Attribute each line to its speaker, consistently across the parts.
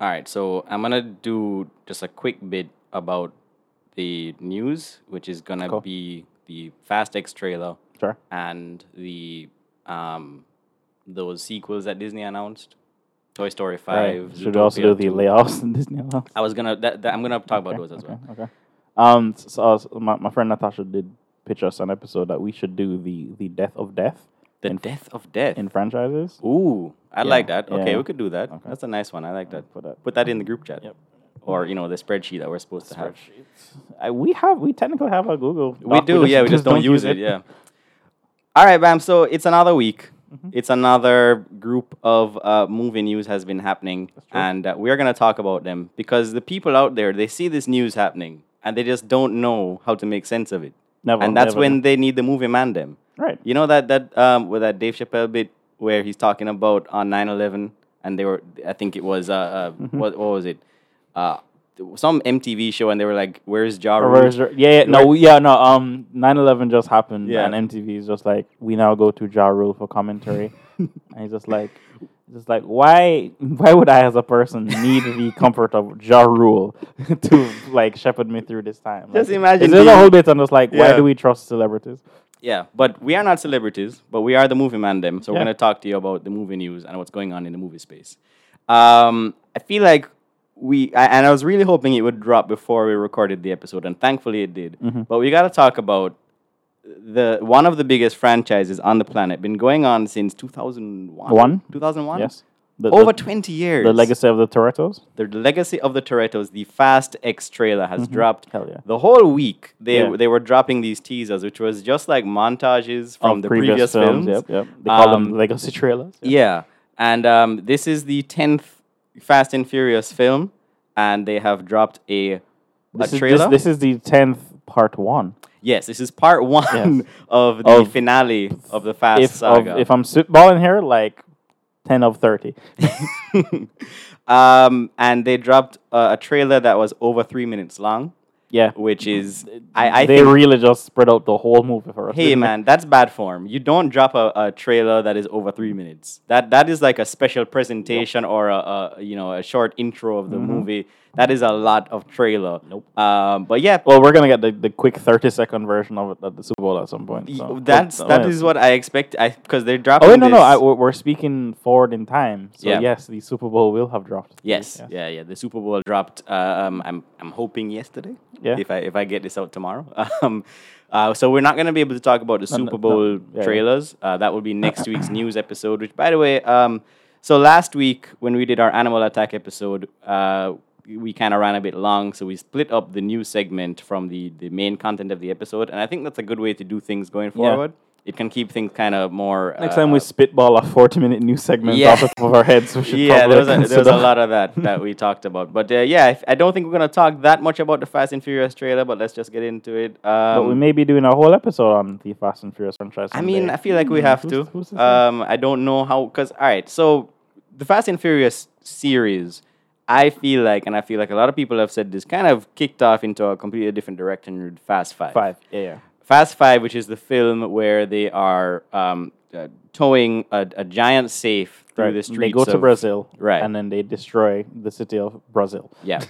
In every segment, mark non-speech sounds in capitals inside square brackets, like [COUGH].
Speaker 1: All right, so I'm gonna do just a quick bit about the news, which is gonna
Speaker 2: Cool.
Speaker 1: be the Fast X trailer
Speaker 2: Sure.
Speaker 1: and the um those sequels that Disney announced, Toy Story Five.
Speaker 2: Alright, Should we also do
Speaker 1: Zootopia
Speaker 2: the
Speaker 1: 2.
Speaker 2: layoffs in [LAUGHS] Disney? World?
Speaker 1: I was gonna. That, that- I'm gonna talk about those as well.
Speaker 2: Okay. okay. Um, s- so, I was- my, my friend Natasha did pitch us an episode that we should do the the death of death
Speaker 1: The death of death.
Speaker 2: in franchises.
Speaker 1: Ooh, I like that.
Speaker 2: yeah,
Speaker 1: Okay,
Speaker 2: yeah.
Speaker 1: we could do that. That's a nice one. I like that.
Speaker 2: Put that-
Speaker 1: Put that in the group chat.
Speaker 2: Yep.
Speaker 1: Or you know the spreadsheet that we're supposed to have.
Speaker 2: I, we have we technically have a Google.
Speaker 1: We do, yeah. We just, don't, use it. Yeah. All right, Bam. So it's another week. It's another group of uh, movie news has been happening, and uh, we're gonna talk about them because the people out there they see this news happening and they just don't know how to make sense of it.
Speaker 2: Never,
Speaker 1: and that's
Speaker 2: never.
Speaker 1: when they need the movie man them.
Speaker 2: Right.
Speaker 1: You know that that um with that Dave Chappelle bit where he's talking about on 9-11 and they were I think it was uh, uh what what was it uh some MTV show and they were like where's Ja
Speaker 2: Or
Speaker 1: Rule?
Speaker 2: where's your- Yeah, yeah, no, we- yeah, no. Um, 9-11 just happened,
Speaker 1: Yeah.
Speaker 2: and MTV is just like, we now go to Ja Rule for
Speaker 1: [LAUGHS]
Speaker 2: commentary, and he's just like, just like, why, why would I as a person need
Speaker 1: [LAUGHS]
Speaker 2: the comfort of Ja Rule [LAUGHS] to like shepherd me through this time?
Speaker 1: Just
Speaker 2: Like,
Speaker 1: imagine
Speaker 2: It's just a
Speaker 1: being-
Speaker 2: whole bit on just like, why
Speaker 1: Yeah.
Speaker 2: do we trust celebrities?
Speaker 1: Yeah, but we are not celebrities, but we are the movie man them. So we're
Speaker 2: Yeah.
Speaker 1: gonna talk to you about the movie news and what's going on in the movie space. Um, I feel like we I, and I was really hoping it would drop before we recorded the episode, and thankfully it did.
Speaker 2: Mm-hmm.
Speaker 1: But we gotta talk about the one of the biggest franchises on the planet, been going on since two thousand
Speaker 2: One?
Speaker 1: Two thousand one.
Speaker 2: Yes, the,
Speaker 1: Over
Speaker 2: the,
Speaker 1: twenty years.
Speaker 2: the legacy of the Toretto's.
Speaker 1: The legacy of the Toretto's, the Fast X trailer has dropped.
Speaker 2: Mm-hmm. Hell yeah.
Speaker 1: The whole week they
Speaker 2: Yeah.
Speaker 1: they were dropping these teasers, which was just like montages from
Speaker 2: of
Speaker 1: the previous, films.
Speaker 2: Yep, yep. They call
Speaker 1: Um,
Speaker 2: them legacy trailers. Yeah.
Speaker 1: Yeah, and um, this is the tenth Fast and Furious film, and they have dropped a
Speaker 2: This
Speaker 1: a
Speaker 2: is-
Speaker 1: trailer.
Speaker 2: This, this is the tenth part one.
Speaker 1: yes, this is part one
Speaker 2: Yes.
Speaker 1: [LAUGHS] of the
Speaker 2: Of-
Speaker 1: finale of the Fast
Speaker 2: If of,
Speaker 1: saga.
Speaker 2: if I'm spitballing here, like ten of thirty.
Speaker 1: um, and they dropped uh, a trailer that was over three minutes long,
Speaker 2: Yeah,
Speaker 1: which is I, I
Speaker 2: Mm-hmm. they
Speaker 1: think
Speaker 2: really just spread out the whole movie for us.
Speaker 1: Hey
Speaker 2: didn't they?
Speaker 1: man, that's bad form. You don't drop a, a trailer that is over three minutes. That that is like a special presentation or a, a you know a short intro of the
Speaker 2: Mm-hmm.
Speaker 1: movie. That is a lot of trailer. Nope. Um, but yeah,
Speaker 2: Well, we're gonna get the, the quick thirty second version of it at the Super Bowl at some point.
Speaker 1: y-
Speaker 2: so-
Speaker 1: that's
Speaker 2: Oh,
Speaker 1: that
Speaker 2: yeah.
Speaker 1: is what I expect. I because they're dropping.
Speaker 2: Oh wait, no, no,
Speaker 1: this-
Speaker 2: I, we're we're speaking forward in time. So
Speaker 1: Yeah.
Speaker 2: yes, the Super Bowl will have dropped.
Speaker 1: yes, yeah, yeah. The Super Bowl dropped. Uh, um, I'm I'm hoping yesterday.
Speaker 2: Yeah.
Speaker 1: If I if I get this out tomorrow. [LAUGHS] Um, uh, so we're not gonna be able to talk about the Super Bowl
Speaker 2: yeah, yeah.
Speaker 1: trailers. Uh, that will
Speaker 2: [LAUGHS]
Speaker 1: be next week's news episode. Which, by the way, um, so last week when we did our animal attack episode, uh, we kind of ran a bit long, so we split up the news segment from the the main content of the episode, and I think that's a good way to do things going forward. It can keep things kind of more.
Speaker 2: Next
Speaker 1: uh,
Speaker 2: time we spitball a forty minute news segment
Speaker 1: Yeah.
Speaker 2: off the top of our
Speaker 1: [LAUGHS]
Speaker 2: heads, we should
Speaker 1: yeah,
Speaker 2: probably
Speaker 1: there was, a, there was a
Speaker 2: consider-
Speaker 1: lot of that that we talked about. But uh, yeah, if, I don't think we're going to talk that much about the Fast and Furious trailer, but let's just get into it.
Speaker 2: But we
Speaker 1: Um,
Speaker 2: may be doing a whole episode on the Fast and Furious franchise.
Speaker 1: I mean,
Speaker 2: someday. Mm,
Speaker 1: I feel like we have to.
Speaker 2: Who's- who's to say?
Speaker 1: Um, I don't know how, because, all right, so the Fast and Furious series, I feel like, and I feel like a lot of people have said this, kind of kicked off into a completely different direction with Fast Five.
Speaker 2: five. Yeah, yeah.
Speaker 1: Fast Five, which is the film where they are um, uh, towing a, a giant safe through the streets
Speaker 2: They go to
Speaker 1: of-
Speaker 2: Brazil,
Speaker 1: Right.
Speaker 2: and then they destroy the city of Brazil. [LAUGHS]
Speaker 1: Yeah.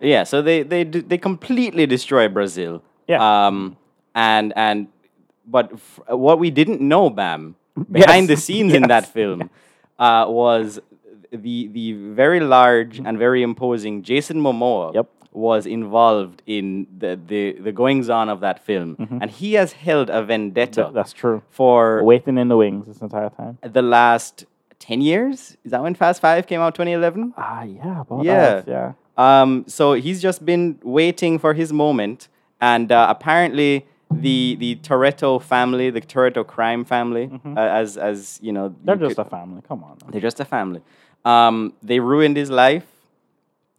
Speaker 1: yeah, so they they d- they completely destroy Brazil.
Speaker 2: Yeah.
Speaker 1: Um and and but f- what we didn't know, Bam, behind the
Speaker 2: [LAUGHS] Yes.
Speaker 1: scenes in that film uh, was the the very large and very imposing Jason Momoa
Speaker 2: Yep.
Speaker 1: was involved in the, the, the goings on of that film.
Speaker 2: Mm-hmm.
Speaker 1: And he has held a vendetta
Speaker 2: Th- that's true.
Speaker 1: for
Speaker 2: Waiting in the wings this entire time.
Speaker 1: the last 10 years. Is that when Fast Five came out, 2011?
Speaker 2: Ah, yeah, about
Speaker 1: Yeah.
Speaker 2: that, yeah.
Speaker 1: Um, so he's just been waiting for his moment, and uh, apparently the the Toretto family, the Toretto crime family, uh, as as you know,
Speaker 2: Mm-hmm. They're
Speaker 1: you
Speaker 2: just
Speaker 1: could-
Speaker 2: a family. Come on. man.
Speaker 1: they're just a family. Um, they ruined his life.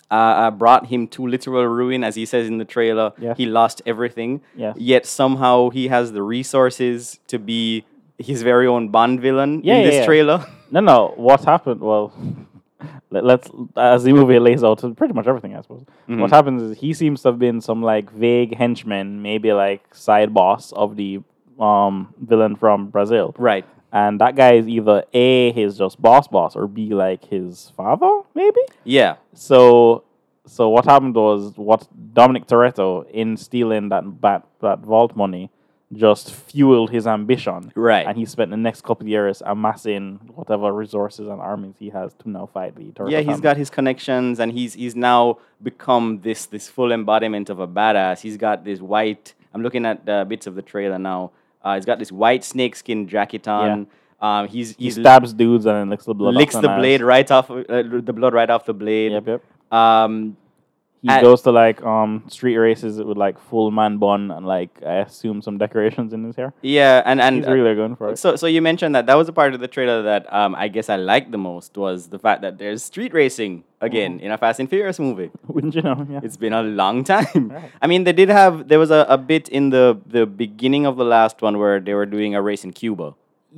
Speaker 1: Uh, uh, brought him to literal ruin, as he says in the trailer.
Speaker 2: Yeah.
Speaker 1: He lost everything.
Speaker 2: Yes.
Speaker 1: Yet somehow he has the resources to be his very own Bond villain
Speaker 2: Yeah,
Speaker 1: in
Speaker 2: yeah,
Speaker 1: this
Speaker 2: yeah.
Speaker 1: trailer. [LAUGHS]
Speaker 2: No, no. What happened? Well, [LAUGHS] let, let's as the movie lays out pretty much everything, I suppose.
Speaker 1: Mm-hmm.
Speaker 2: What happens is he seems to have been some like vague henchman, maybe like side boss of the um villain from Brazil,
Speaker 1: right.
Speaker 2: And that guy is either A, his just boss boss, or B, like his father, maybe?
Speaker 1: Yeah.
Speaker 2: So so what happened was what Dominic Toretto in stealing that that, that vault money just fueled his ambition.
Speaker 1: Right.
Speaker 2: And he spent the next couple of years amassing whatever resources and armies he has to now fight the Toretto.
Speaker 1: Yeah, he's
Speaker 2: family.
Speaker 1: got his connections, and he's he's now become this this full embodiment of a badass. He's got this white. I'm looking at the bits of the trailer now. Uh, he's got this white snakeskin jacket on. Um, he's
Speaker 2: he
Speaker 1: he's
Speaker 2: stabs dudes and then licks the blood. off
Speaker 1: licks
Speaker 2: their
Speaker 1: the
Speaker 2: knives.
Speaker 1: blade right off uh, the blood right off the blade.
Speaker 2: Yep, yep.
Speaker 1: Um,
Speaker 2: He
Speaker 1: And-
Speaker 2: goes to like um street races with like full man bun and like I assume some decorations in his hair.
Speaker 1: yeah, and and
Speaker 2: He's
Speaker 1: uh,
Speaker 2: really going for it.
Speaker 1: So, so you mentioned that that was a part of the trailer that um, I guess I liked the most was the fact that there's street racing again in a Fast and Furious movie.
Speaker 2: [LAUGHS] Wouldn't you know? Yeah.
Speaker 1: It's been a long [LAUGHS] time.
Speaker 2: Right.
Speaker 1: I mean, they did have there was a, a bit in the the beginning of the last one where they were doing a race in Cuba.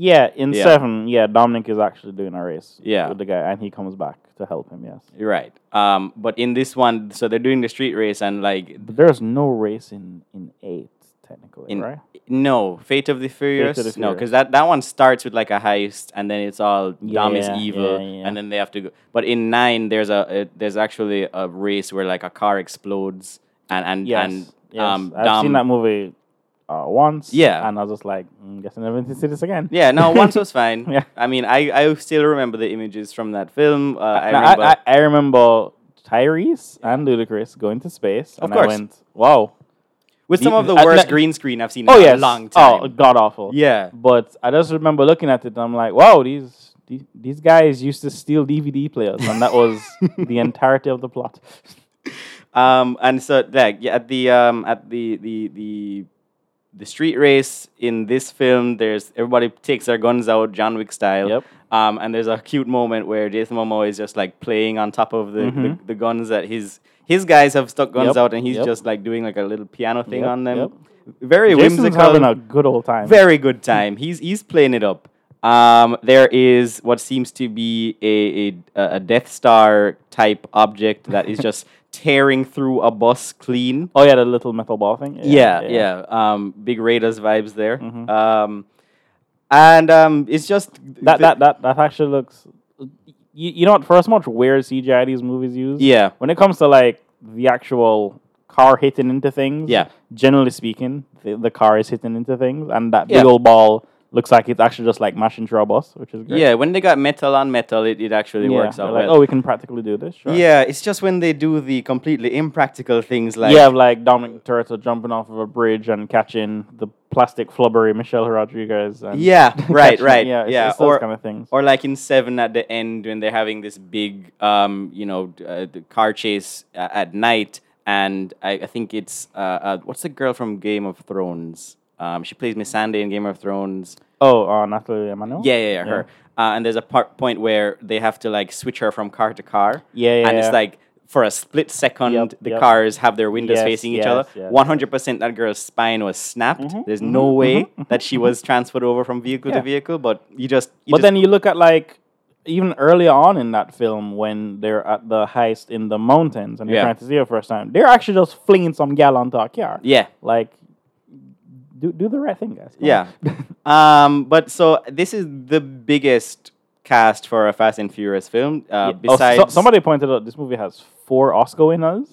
Speaker 2: Yeah, in
Speaker 1: Yeah.
Speaker 2: seven, yeah, Dominic is actually doing a race.
Speaker 1: Yeah.
Speaker 2: with the guy, and he comes back to help him. Yes,
Speaker 1: You're right. Um, but in this one, so they're doing the street race and like
Speaker 2: but there's no race in in eight technically,
Speaker 1: in um,
Speaker 2: right?
Speaker 1: no Fate of the Furious.
Speaker 2: the
Speaker 1: No,
Speaker 2: Furious.
Speaker 1: because that that one starts with like a heist and then it's all dumb is
Speaker 2: Yeah,
Speaker 1: evil
Speaker 2: yeah, yeah.
Speaker 1: and then they have to go. But in nine, there's a, a there's actually a race where like a car explodes and and
Speaker 2: Yes,
Speaker 1: and
Speaker 2: yes.
Speaker 1: um
Speaker 2: I've
Speaker 1: Dom-
Speaker 2: seen that movie uh, once.
Speaker 1: Yeah.
Speaker 2: and I was just like, mm, guess I never need to see this again.
Speaker 1: Yeah, no, once
Speaker 2: [LAUGHS]
Speaker 1: was fine.
Speaker 2: Yeah.
Speaker 1: I mean, I, I still remember the images from that film. Uh, I
Speaker 2: No, I,
Speaker 1: remember.
Speaker 2: I, I remember Tyrese and Ludacris going to space, and
Speaker 1: course.
Speaker 2: I went, "Wow,
Speaker 1: with some
Speaker 2: the-
Speaker 1: of the
Speaker 2: I-
Speaker 1: worst
Speaker 2: like-
Speaker 1: green screen I've seen
Speaker 2: oh
Speaker 1: in
Speaker 2: yes,
Speaker 1: a long time.
Speaker 2: oh god awful."
Speaker 1: yeah.
Speaker 2: But I just remember looking at it, and I'm like, "Wow, these." the- These guys used to steal DVD players, and that was the entirety of the plot.
Speaker 1: Um, and so like yeah, at the um at the the the the street race in this film, there's everybody takes their guns out, John Wick style.
Speaker 2: Yep.
Speaker 1: Um, and there's a cute moment where Jason Momoa is just like playing on top of the, the,
Speaker 2: Mhm.
Speaker 1: the guns that his his guys have stuck guns
Speaker 2: Yep,
Speaker 1: out, and he's
Speaker 2: yep.
Speaker 1: just like doing like a little piano thing
Speaker 2: Yep,
Speaker 1: on them.
Speaker 2: yep.
Speaker 1: Very
Speaker 2: Jason's
Speaker 1: whimsical.
Speaker 2: having a good old time.
Speaker 1: very good time. He's he's playing it up. Um, there is what seems to be a a, a Death Star type object that is
Speaker 2: [LAUGHS]
Speaker 1: just tearing through a bus clean.
Speaker 2: oh yeah, the little metal ball thing.
Speaker 1: Yeah, yeah. Um, big Raiders vibes there.
Speaker 2: Mhm.
Speaker 1: Um, and um, it's just
Speaker 2: That,
Speaker 1: the-
Speaker 2: that that that actually looks. You, you know what? For as much weird CGI these movies use,
Speaker 1: yeah.
Speaker 2: When it comes to like the actual car hitting into things,
Speaker 1: Yeah.
Speaker 2: Generally speaking, the, the car is hitting into things, and that big
Speaker 1: Yeah.
Speaker 2: old ball looks like it's actually just like mashing through a bus, which is great.
Speaker 1: Yeah, when they got metal on metal, it, it actually
Speaker 2: Yeah,
Speaker 1: works out
Speaker 2: we're like,
Speaker 1: well.
Speaker 2: Oh, we can practically do this. Sure.
Speaker 1: Yeah, it's just when they do the completely impractical things like
Speaker 2: you have like Dominic Toretto jumping off of a bridge and catching the plastic flubbery Michelle Rodriguez. And
Speaker 1: Yeah, right,
Speaker 2: [LAUGHS] catching-
Speaker 1: right.
Speaker 2: Yeah, it's,
Speaker 1: yeah.
Speaker 2: it's
Speaker 1: or
Speaker 2: those kind of things.
Speaker 1: Or like in Seven at the end when they're having this big, um, you know, d- uh, the car chase uh, at night, and I, I think it's uh, uh, what's the girl from Game of Thrones? Um, she plays Missandei in Game of Thrones.
Speaker 2: oh, uh, Natalie Emanuel.
Speaker 1: Yeah, yeah, yeah, her. Uh, and there's a part point where they have to like switch her from car to car.
Speaker 2: Yeah, yeah,
Speaker 1: And it's
Speaker 2: yeah.
Speaker 1: like for a split second,
Speaker 2: Yep,
Speaker 1: the
Speaker 2: yep.
Speaker 1: cars have their windows
Speaker 2: Yes,
Speaker 1: facing each
Speaker 2: yes,
Speaker 1: other.
Speaker 2: yes, Mm-hmm,
Speaker 1: One hundred percent, that girl's spine was snapped. there's no way that she was transferred over from vehicle to
Speaker 2: Yeah.
Speaker 1: vehicle, but you just. You
Speaker 2: but
Speaker 1: just-
Speaker 2: then you look at like even earlier on in that film when they're at the heist in the mountains and they're
Speaker 1: Yeah.
Speaker 2: trying to see her first time, they're actually just flinging some gal onto a car.
Speaker 1: yeah,
Speaker 2: Like, do do the right thing, guys. Come [LAUGHS]
Speaker 1: yeah.
Speaker 2: on.
Speaker 1: um, but so this is the biggest cast for a Fast and Furious film. Uh,
Speaker 2: Oh, so-
Speaker 1: Besides,
Speaker 2: somebody pointed out this movie has four Oscar winners.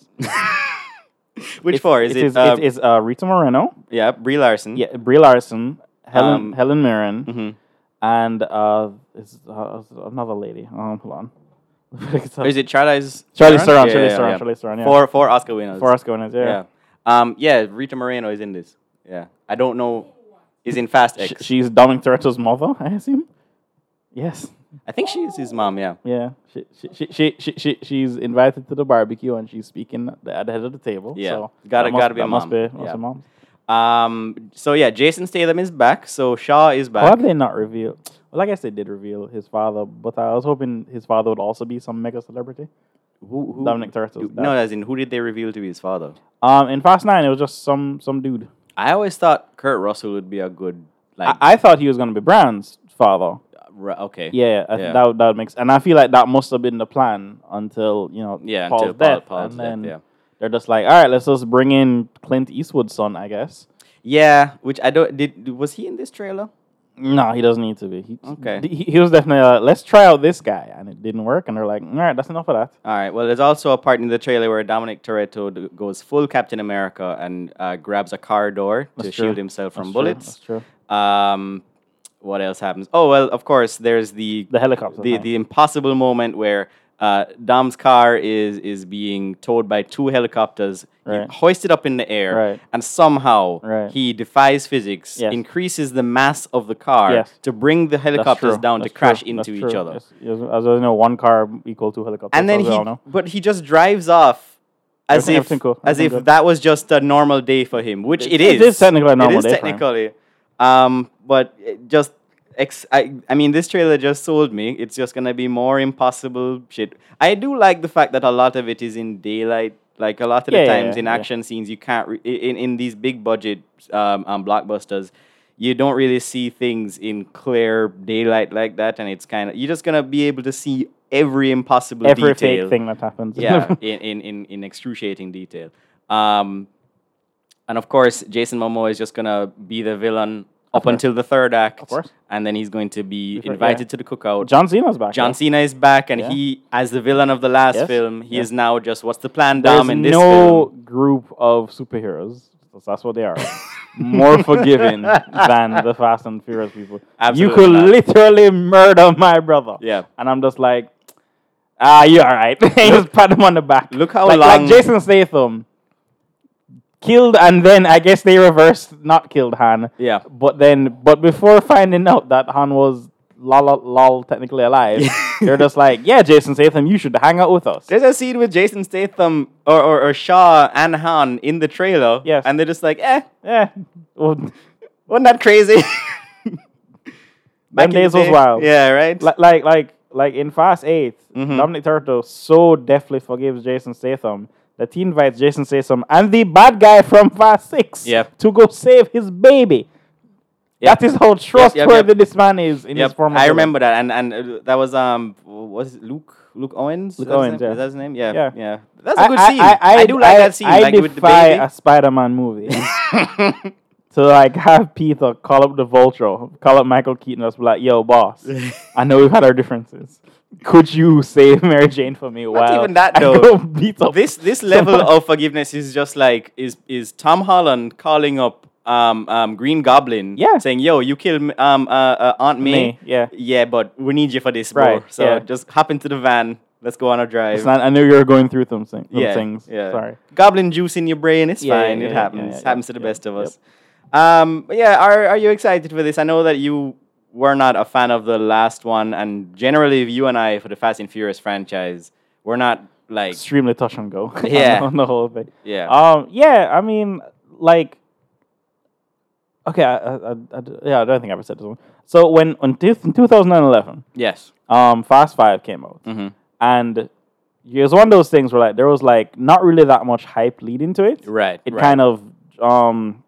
Speaker 1: which four is it?
Speaker 2: is,
Speaker 1: uh,
Speaker 2: it is uh, Rita Moreno,
Speaker 1: yeah, Brie Larson.
Speaker 2: yeah, Brie Larson, Helen
Speaker 1: Um,
Speaker 2: Helen Mirren,
Speaker 1: Mhm.
Speaker 2: and uh, is uh, another lady. Um, hold on. [LAUGHS]
Speaker 1: Or is it Charlize?
Speaker 2: Charlize Theron,
Speaker 1: Yeah,
Speaker 2: Charlize
Speaker 1: yeah,
Speaker 2: Theron,
Speaker 1: yeah.
Speaker 2: Charlize Theron, yeah.
Speaker 1: Four, four Oscar winners.
Speaker 2: Four Oscar winners.
Speaker 1: Yeah. Um. Yeah. Rita Moreno is in this. Yeah. I don't know. Is in Fast
Speaker 2: Sh-
Speaker 1: X.
Speaker 2: she's Dominic Toretto's mother, [LAUGHS] I assume. Yes.
Speaker 1: I think she is his mom. Yeah.
Speaker 2: Yeah. She, she, she, she, she, she, she's invited to the barbecue and she's speaking at the, at the head of the table.
Speaker 1: Yeah.
Speaker 2: So
Speaker 1: Gotta-
Speaker 2: that must,
Speaker 1: gotta be a
Speaker 2: that must
Speaker 1: mom.
Speaker 2: be
Speaker 1: Yeah.
Speaker 2: must be mom.
Speaker 1: Um. So yeah, Jason Statham is back. So Shaw is
Speaker 2: Why
Speaker 1: back.
Speaker 2: have they not reveal? Well, I guess they did reveal his father, but I was hoping his father would also be some mega celebrity.
Speaker 1: Who, who,
Speaker 2: Dominic Toretto's dad.
Speaker 1: No, as in who did they reveal to be his father?
Speaker 2: Um, in Fast Nine, it was just some some dude.
Speaker 1: I always thought Kurt Russell would be a good like.
Speaker 2: I, I thought he was gonna be Brown's father.
Speaker 1: ra- okay.
Speaker 2: Yeah, I
Speaker 1: Yeah.
Speaker 2: That, would- that would make sense. And I feel like that must have been the plan until, you know,
Speaker 1: Yeah,
Speaker 2: Paul's
Speaker 1: until Paul-
Speaker 2: death.
Speaker 1: Paul's
Speaker 2: and
Speaker 1: death,
Speaker 2: then
Speaker 1: yeah.
Speaker 2: they're just like, all right, let's just bring in Clint Eastwood's son, I guess.
Speaker 1: Yeah. Which I don't. Did was he in this trailer?
Speaker 2: No, he doesn't need to be. He,
Speaker 1: Okay.
Speaker 2: He, he was definitely uh, let's try out this guy, and it didn't work. And they're like, all right, that's enough of that.
Speaker 1: All right. Well, there's also a part in the trailer where Dominic Toretto d- goes full Captain America and uh, grabs a car door to
Speaker 2: That's true.
Speaker 1: shield himself from
Speaker 2: That's true,
Speaker 1: bullets.
Speaker 2: That's true.
Speaker 1: Um, what else happens? Oh well, of course, there's the
Speaker 2: The helicopter.
Speaker 1: the,
Speaker 2: thing.
Speaker 1: the impossible moment where uh, Dom's car is is being towed by two helicopters, he
Speaker 2: Right.
Speaker 1: hoisted up in the air,
Speaker 2: Right.
Speaker 1: and somehow
Speaker 2: Right.
Speaker 1: he defies physics,
Speaker 2: Yes.
Speaker 1: increases the mass of the car
Speaker 2: Yes.
Speaker 1: to bring the
Speaker 2: That's
Speaker 1: helicopters
Speaker 2: true,
Speaker 1: down
Speaker 2: that's
Speaker 1: to crash
Speaker 2: true, that's
Speaker 1: into each
Speaker 2: true.
Speaker 1: other.
Speaker 2: Yes, yes, As I know, one car equal two helicopters.
Speaker 1: And then
Speaker 2: as
Speaker 1: he,
Speaker 2: well, no?
Speaker 1: but he just drives off. As
Speaker 2: Everything-
Speaker 1: if,
Speaker 2: everything cool,
Speaker 1: as if
Speaker 2: everything good.
Speaker 1: that was just a normal day for him, which it is.
Speaker 2: it is technically a normal
Speaker 1: It is
Speaker 2: day for him.
Speaker 1: technically, um, but it just ex- I, I mean, this trailer just sold me. It's just gonna be more impossible shit. I do like the fact that a lot of it is in daylight. Like a lot of
Speaker 2: Yeah,
Speaker 1: the
Speaker 2: yeah,
Speaker 1: times
Speaker 2: yeah,
Speaker 1: in
Speaker 2: yeah.
Speaker 1: action scenes, you can't re- i- in in these big budget um, um, blockbusters. You don't really see things in clear daylight like that, and it's kind of you're just gonna be able to see every impossible
Speaker 2: every
Speaker 1: detail
Speaker 2: fake thing that happens. [LAUGHS]
Speaker 1: yeah, in, in, in, in excruciating detail. Um, and of course, Jason Momoa is just gonna be the villain up until the third act, of
Speaker 2: course.
Speaker 1: and then he's going to be
Speaker 2: Before-
Speaker 1: invited
Speaker 2: yeah.
Speaker 1: to the cookout.
Speaker 2: John Cena's back.
Speaker 1: John
Speaker 2: yeah.
Speaker 1: Cena is back, and
Speaker 2: Yeah.
Speaker 1: he, as the villain of the last
Speaker 2: Yes,
Speaker 1: film, he
Speaker 2: yeah.
Speaker 1: is now just what's the plan, Dom?
Speaker 2: There's
Speaker 1: In this
Speaker 2: no group of superheroes. 'cause That's what they are.
Speaker 1: [LAUGHS]
Speaker 2: More forgiving than the Fast and Furious people. you
Speaker 1: Absolutely
Speaker 2: could
Speaker 1: not.
Speaker 2: literally murder my brother.
Speaker 1: Yeah.
Speaker 2: And I'm just like, ah, you're all right. [LAUGHS] just pat him on the back.
Speaker 1: look how
Speaker 2: like,
Speaker 1: long-
Speaker 2: Like Jason Statham killed, and then I guess they reversed, not killed Han.
Speaker 1: Yeah.
Speaker 2: But then, but before finding out that Han was lol, lol, lol
Speaker 1: [LAUGHS]
Speaker 2: technically alive, they're just like, yeah, Jason Statham, you should hang out with us.
Speaker 1: There's a scene with Jason Statham or, or, or Shaw and Han in the trailer,
Speaker 2: Yes.
Speaker 1: and they're just like, eh,
Speaker 2: Yeah. Well,
Speaker 1: wasn't that crazy? [LAUGHS] Back in the
Speaker 2: days was
Speaker 1: day.
Speaker 2: wild.
Speaker 1: Yeah, right.
Speaker 2: like like like like in Fast 8
Speaker 1: Mm-hmm.
Speaker 2: Dominic Toretto so deftly forgives Jason Statham that he invites Jason Statham and the bad guy from Fast Six
Speaker 1: Yep.
Speaker 2: to go save his baby.
Speaker 1: Yep.
Speaker 2: That is how trustworthy
Speaker 1: yep.
Speaker 2: this man is in his
Speaker 1: Yep,
Speaker 2: former.
Speaker 1: I
Speaker 2: career.
Speaker 1: remember that, and and uh, that was um, was it Luke Luke Owens?
Speaker 2: Luke
Speaker 1: Is that his name?
Speaker 2: Owens, yeah.
Speaker 1: Is that his name? Yeah, yeah.
Speaker 2: Yeah.
Speaker 1: That's a good
Speaker 2: I,
Speaker 1: scene. I, do like that scene,
Speaker 2: I
Speaker 1: like
Speaker 2: defy
Speaker 1: with the baby.
Speaker 2: a Spider-Man movie to like have Peter call up the Vulture, call up Michael Keaton, and just be like, "Yo, boss, I know we've had our differences. Could you save Mary Jane for me?" Not
Speaker 1: even that,
Speaker 2: I
Speaker 1: though.
Speaker 2: go [LAUGHS] beat
Speaker 1: [LAUGHS]
Speaker 2: up
Speaker 1: this
Speaker 2: [LAUGHS]
Speaker 1: this level
Speaker 2: someone?"
Speaker 1: of forgiveness is just like is is Tom Holland calling up um um Green Goblin,
Speaker 2: Yeah.
Speaker 1: saying yo, you killed um uh, uh Aunt May.
Speaker 2: May, yeah.
Speaker 1: yeah, but we need you for this, bro.
Speaker 2: Right,
Speaker 1: So
Speaker 2: yeah.
Speaker 1: just hop into the van. Let's go on a drive.
Speaker 2: It's not- I know you're going through some, thing, some
Speaker 1: yeah,
Speaker 2: things.
Speaker 1: Yeah.
Speaker 2: Sorry.
Speaker 1: Goblin juice in your brain. It's
Speaker 2: Yeah, yeah,
Speaker 1: fine.
Speaker 2: yeah,
Speaker 1: it
Speaker 2: yeah,
Speaker 1: happens.
Speaker 2: yeah, yeah,
Speaker 1: happens to
Speaker 2: yeah,
Speaker 1: the
Speaker 2: yeah,
Speaker 1: best of
Speaker 2: yep.
Speaker 1: us. Um, but yeah. Are Are you excited for this? I know that you were not a fan of the last one, and generally, you and I for the Fast and Furious franchise, we're not like
Speaker 2: Extremely touch and go. [LAUGHS] on
Speaker 1: Yeah.
Speaker 2: the- on the whole thing.
Speaker 1: yeah.
Speaker 2: Um. Yeah. I mean, like. Okay. I, I, I, I d- yeah. I don't think I ever said this one. So when on two, in 2011,
Speaker 1: yes.
Speaker 2: um, Fast Five came out,
Speaker 1: Mm-hmm.
Speaker 2: and it was one of those things where like there was like not really that much hype leading to it.
Speaker 1: Right.
Speaker 2: It kind of um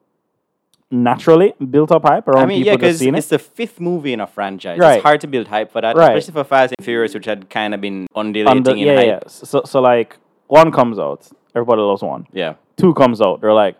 Speaker 2: naturally built up hype around
Speaker 1: I mean, yeah,
Speaker 2: people
Speaker 1: because
Speaker 2: just seeing it.
Speaker 1: it's the fifth movie in a franchise.
Speaker 2: Right.
Speaker 1: It's hard to build hype for that,
Speaker 2: Right.
Speaker 1: especially for Fast and Furious, which had kind of been undulating
Speaker 2: Under-
Speaker 1: in
Speaker 2: uh, yeah,
Speaker 1: hype.
Speaker 2: yeah. So, so like one comes out, everybody loves one.
Speaker 1: Yeah.
Speaker 2: Two comes out, they're like,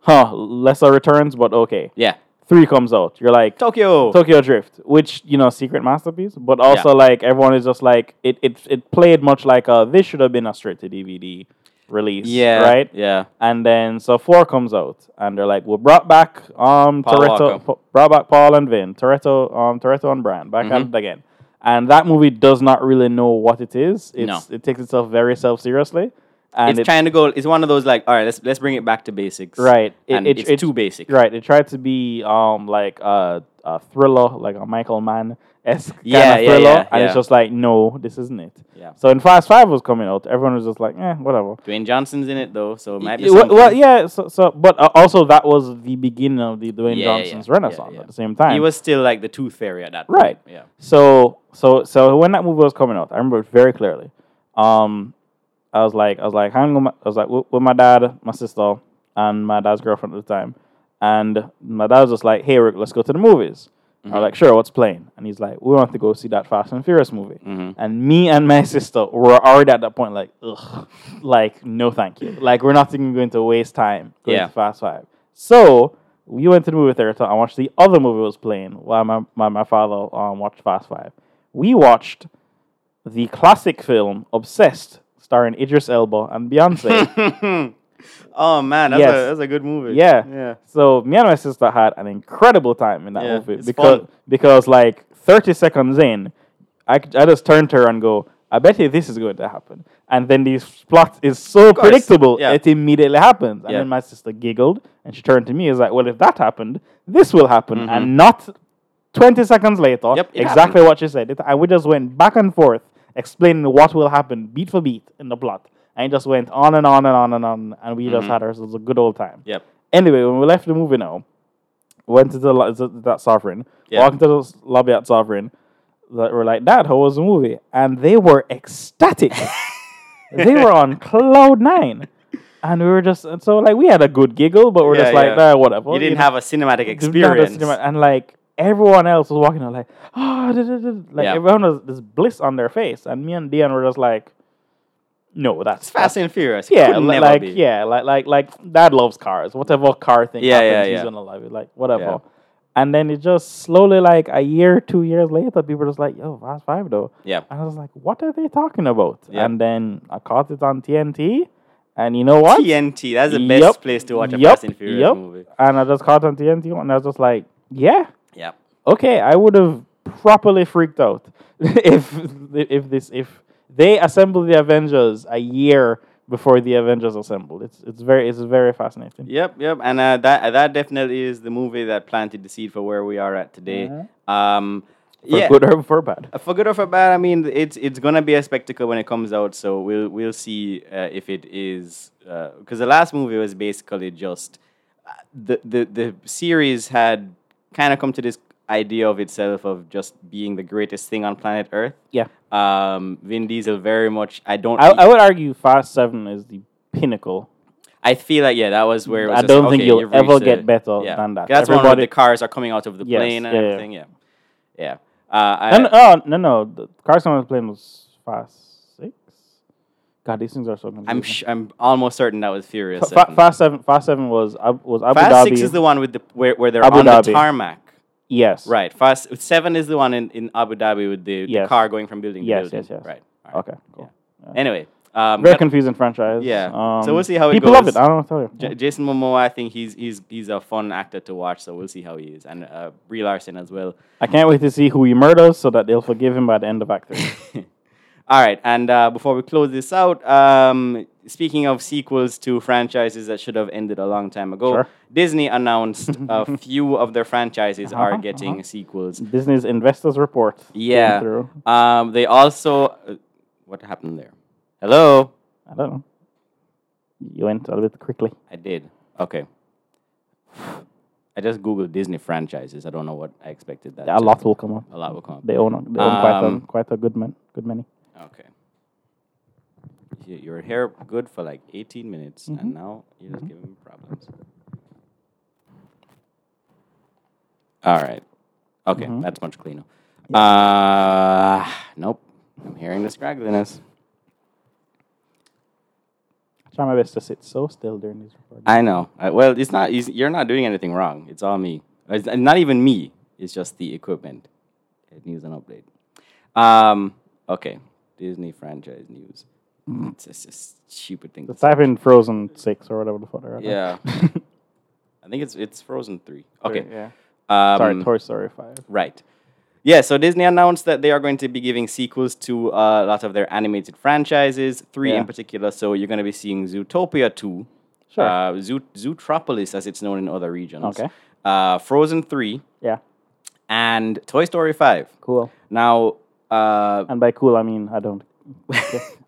Speaker 2: huh, lesser returns, but okay.
Speaker 1: Yeah.
Speaker 2: Three comes out, you're like
Speaker 1: Tokyo.
Speaker 2: Tokyo Drift, which you know, secret masterpiece, but also
Speaker 1: Yeah.
Speaker 2: like everyone is just like it. It it played much like a this should have been a straight to DVD release,
Speaker 1: yeah.
Speaker 2: right?
Speaker 1: Yeah.
Speaker 2: And then so four comes out, and they're like, we brought back um
Speaker 1: Paul
Speaker 2: Toretto,
Speaker 1: Walker.
Speaker 2: Pa- brought back Paul and Vin, Toretto um Toretto and Brand back at
Speaker 1: Mm-hmm.
Speaker 2: it again. And that movie does not really know what it is. It's, It takes itself very self seriously, and
Speaker 1: it's
Speaker 2: it-
Speaker 1: trying to go. It's one of those like, all right, let's let's bring it back to basics.
Speaker 2: right. It,
Speaker 1: and
Speaker 2: it-
Speaker 1: it's
Speaker 2: it-
Speaker 1: too basic.
Speaker 2: Right. It tried to be um like a, a thriller, like a Michael Mann esque
Speaker 1: Yeah,
Speaker 2: kind
Speaker 1: yeah,
Speaker 2: of thriller,
Speaker 1: yeah,
Speaker 2: and
Speaker 1: yeah.
Speaker 2: it's just like no, this isn't it.
Speaker 1: Yeah.
Speaker 2: So when Fast Five was coming out, everyone was just like, eh, whatever.
Speaker 1: Dwayne Johnson's in it though, so it might be
Speaker 2: Yeah, well,
Speaker 1: something.
Speaker 2: well, yeah. So, so but uh, also that was the beginning of the Dwayne
Speaker 1: Yeah, yeah,
Speaker 2: Johnson's
Speaker 1: yeah,
Speaker 2: renaissance
Speaker 1: yeah.
Speaker 2: at the same time.
Speaker 1: He was still like the tooth fairy at that point.
Speaker 2: Right.
Speaker 1: Yeah.
Speaker 2: so so so when that movie was coming out, I remember it very clearly. Um, I was like I was like hanging with my, I was like with, with my dad, my sister, and my dad's girlfriend at the time, and my dad was just like, "Hey, Rick, let's go to the movies." I was like, "Sure, what's playing?" And he's like, "We want to go see that Fast and Furious movie." And me and my [LAUGHS] sister were already at that point like, "Ugh, like no, thank you. Like we're not even going to waste time going
Speaker 1: Yeah.
Speaker 2: to Fast Five. So We went to the movie theater and watched the other movie was playing while my, my, my father um, watched Fast Five. We watched the classic film Obsessed, starring Idris Elba and Beyonce.
Speaker 1: oh man, that's,
Speaker 2: Yes.
Speaker 1: a, that's a good movie.
Speaker 2: Yeah.
Speaker 1: yeah.
Speaker 2: So me and my sister had an incredible time in that
Speaker 1: Yeah,
Speaker 2: movie
Speaker 1: it's
Speaker 2: because
Speaker 1: fun.
Speaker 2: because like thirty seconds in, I, c- I just turned to her and go, I bet you this is going to happen. And then this plot is so
Speaker 1: course,
Speaker 2: predictable,
Speaker 1: yeah.
Speaker 2: it immediately happens. And
Speaker 1: Yeah.
Speaker 2: then my sister giggled and she turned to me and was like, Well, if that happened, this will happen, and not twenty seconds later.
Speaker 1: Mm-hmm. Yep, it
Speaker 2: exactly what she said. It, and we just went back and forth explaining what will happen beat for beat in the plot. And it just went on and on and on and on, and we
Speaker 1: Mm-hmm.
Speaker 2: just had ourselves a good old time.
Speaker 1: Yep.
Speaker 2: Anyway, when we left the movie now, went to the lo- to that Sovereign,
Speaker 1: Yeah.
Speaker 2: walked into the s- lobby at Sovereign, that were like, "Dad, how was the movie?" And they were
Speaker 1: [LAUGHS]
Speaker 2: ecstatic. they were on cloud nine, and we were just and so like we had a good giggle, but we're
Speaker 1: Yeah,
Speaker 2: just like,
Speaker 1: yeah.
Speaker 2: "Nah, whatever."
Speaker 1: you didn't
Speaker 2: know,
Speaker 1: have a cinematic
Speaker 2: didn't have the
Speaker 1: experience.
Speaker 2: cinema- and like everyone else was walking out like, [GASPS] "Ah," duh, duh, duh," like
Speaker 1: Yeah.
Speaker 2: everyone was this bliss on their face, and me and Dion were just like, "No, that's
Speaker 1: It's Fast and Furious. It
Speaker 2: yeah,
Speaker 1: could
Speaker 2: li-
Speaker 1: never
Speaker 2: like
Speaker 1: be.
Speaker 2: yeah, like like like dad loves cars. Whatever car thing
Speaker 1: Yeah,
Speaker 2: happens,
Speaker 1: yeah,
Speaker 2: he's
Speaker 1: yeah.
Speaker 2: gonna love it. Like whatever.
Speaker 1: Yeah.
Speaker 2: And then it just slowly, like a year, two years later, people just like, "Yo, Fast Five though,"
Speaker 1: yeah.
Speaker 2: and I was like, "What are they talking about?"
Speaker 1: Yeah.
Speaker 2: And then I caught it on TNT, and you know what?
Speaker 1: TNT. That's the
Speaker 2: Yup,
Speaker 1: best place to watch a
Speaker 2: yup,
Speaker 1: Fast and Furious
Speaker 2: yup.
Speaker 1: movie.
Speaker 2: And I just caught it on TNT, and I was just like, "Yeah,
Speaker 1: Yeah.
Speaker 2: okay, I would have properly freaked out [LAUGHS] if if this if they assembled the Avengers a year before the Avengers assembled. It's it's very it's very fascinating.
Speaker 1: Yep, yep, and uh, that uh, that definitely is the movie that planted the seed for where we are at today.
Speaker 2: Mm-hmm.
Speaker 1: Um,
Speaker 2: For
Speaker 1: yeah,
Speaker 2: good or for bad.
Speaker 1: Uh, for good or for bad. I mean, it's it's gonna be a spectacle when it comes out. So we'll we'll see uh, if it is because the last movie was basically just uh, the the the series had kind of come to this idea of itself of just being the greatest thing on planet Earth.
Speaker 2: Yeah.
Speaker 1: Um, Vin Diesel very much. I don't.
Speaker 2: I, I would argue Fast Seven is the pinnacle.
Speaker 1: I feel like yeah, that was where it was
Speaker 2: I
Speaker 1: just,
Speaker 2: don't think
Speaker 1: okay,
Speaker 2: you'll
Speaker 1: you've
Speaker 2: ever
Speaker 1: reached
Speaker 2: get
Speaker 1: it.
Speaker 2: better
Speaker 1: yeah.
Speaker 2: than that.
Speaker 1: That's one where
Speaker 2: Everybody-
Speaker 1: the cars are coming out of the
Speaker 2: Yes,
Speaker 1: plane and
Speaker 2: yeah, yeah.
Speaker 1: everything. Yeah, yeah. Uh, I,
Speaker 2: And, oh no no, the Carson was playing was Fast Six. God, these things are so confusing.
Speaker 1: I'm sh- I'm almost certain that was Furious.
Speaker 2: Fa-
Speaker 1: Seven.
Speaker 2: Fast Seven. Fast Seven was Ab- was Abu
Speaker 1: Fast
Speaker 2: Dhabi.
Speaker 1: six is the one with the where, where they're
Speaker 2: Abu
Speaker 1: on the
Speaker 2: Dhabi.
Speaker 1: tarmac.
Speaker 2: yes.
Speaker 1: Right. Fast seven is the one in, in Abu Dhabi with the, the
Speaker 2: Yes.
Speaker 1: car going from building
Speaker 2: Yes,
Speaker 1: to building.
Speaker 2: yes, yes.
Speaker 1: Right. All right.
Speaker 2: Okay. Cool.
Speaker 1: Anyway, um,
Speaker 2: Very
Speaker 1: but
Speaker 2: confusing franchise. Um,
Speaker 1: Yeah. So we'll see how it
Speaker 2: people
Speaker 1: goes.
Speaker 2: love it. I don't know what to tell
Speaker 1: J-
Speaker 2: you.
Speaker 1: Jason Momoa, I think he's he's he's a fun actor to watch. So we'll see how he is, and uh, Brie Larson as well.
Speaker 2: I can't wait to see who he murders so that they'll forgive him by the end of Act
Speaker 1: [LAUGHS]
Speaker 2: Three.
Speaker 1: All right, and uh, before we close this out, um, speaking of sequels to franchises that should have ended a long time ago,
Speaker 2: Sure.
Speaker 1: Disney announced
Speaker 2: [LAUGHS]
Speaker 1: a few of their franchises
Speaker 2: Uh-huh,
Speaker 1: are getting sequels.
Speaker 2: Disney's investors report. came
Speaker 1: Yeah.
Speaker 2: through.
Speaker 1: Um, they also. uh, what happened there? Hello?
Speaker 2: I don't know. You went a little bit quickly.
Speaker 1: I did. Okay. [SIGHS] I just Googled Disney franchises. I don't know what I expected that.
Speaker 2: A
Speaker 1: to-
Speaker 2: lot will come up.
Speaker 1: A lot will come up.
Speaker 2: They own, they own quite,
Speaker 1: Um,
Speaker 2: a, quite a good man, good many.
Speaker 1: Okay. You- You were here good for like 18 minutes,
Speaker 2: Mm-hmm.
Speaker 1: and now you're just giving me problems. All right. Okay,
Speaker 2: Mm-hmm.
Speaker 1: that's much cleaner. Uh, nope. I'm hearing the scraggliness.
Speaker 2: I try my best to sit so still during these recordings.
Speaker 1: I know. Uh, well, it's not. It's, you're not doing anything wrong. It's all me. It's uh, not even me. It's just the equipment. It needs an update. Um. Okay. Disney franchise news.
Speaker 2: Mm.
Speaker 1: It's just a stupid thing. to
Speaker 2: Let's type in Frozen Six or whatever the fuck. they're at. [LAUGHS]
Speaker 1: Yeah. I think it's it's Frozen three. Okay.
Speaker 2: Yeah.
Speaker 1: Um,
Speaker 2: Sorry, Toy Story Five.
Speaker 1: Right. Yeah, so Disney announced that they are going to be giving sequels to uh, a lot of their animated franchises, three
Speaker 2: Yeah.
Speaker 1: in particular. So you're going to be seeing Zootopia 2,
Speaker 2: Sure.
Speaker 1: uh, Zoot- Zootropolis, as it's known in other regions,
Speaker 2: Okay.
Speaker 1: uh, Frozen 3,
Speaker 2: Yeah.
Speaker 1: and Toy Story 5.
Speaker 2: Cool.
Speaker 1: Now, uh,
Speaker 2: And by cool, I mean I
Speaker 1: [LAUGHS]
Speaker 2: don't.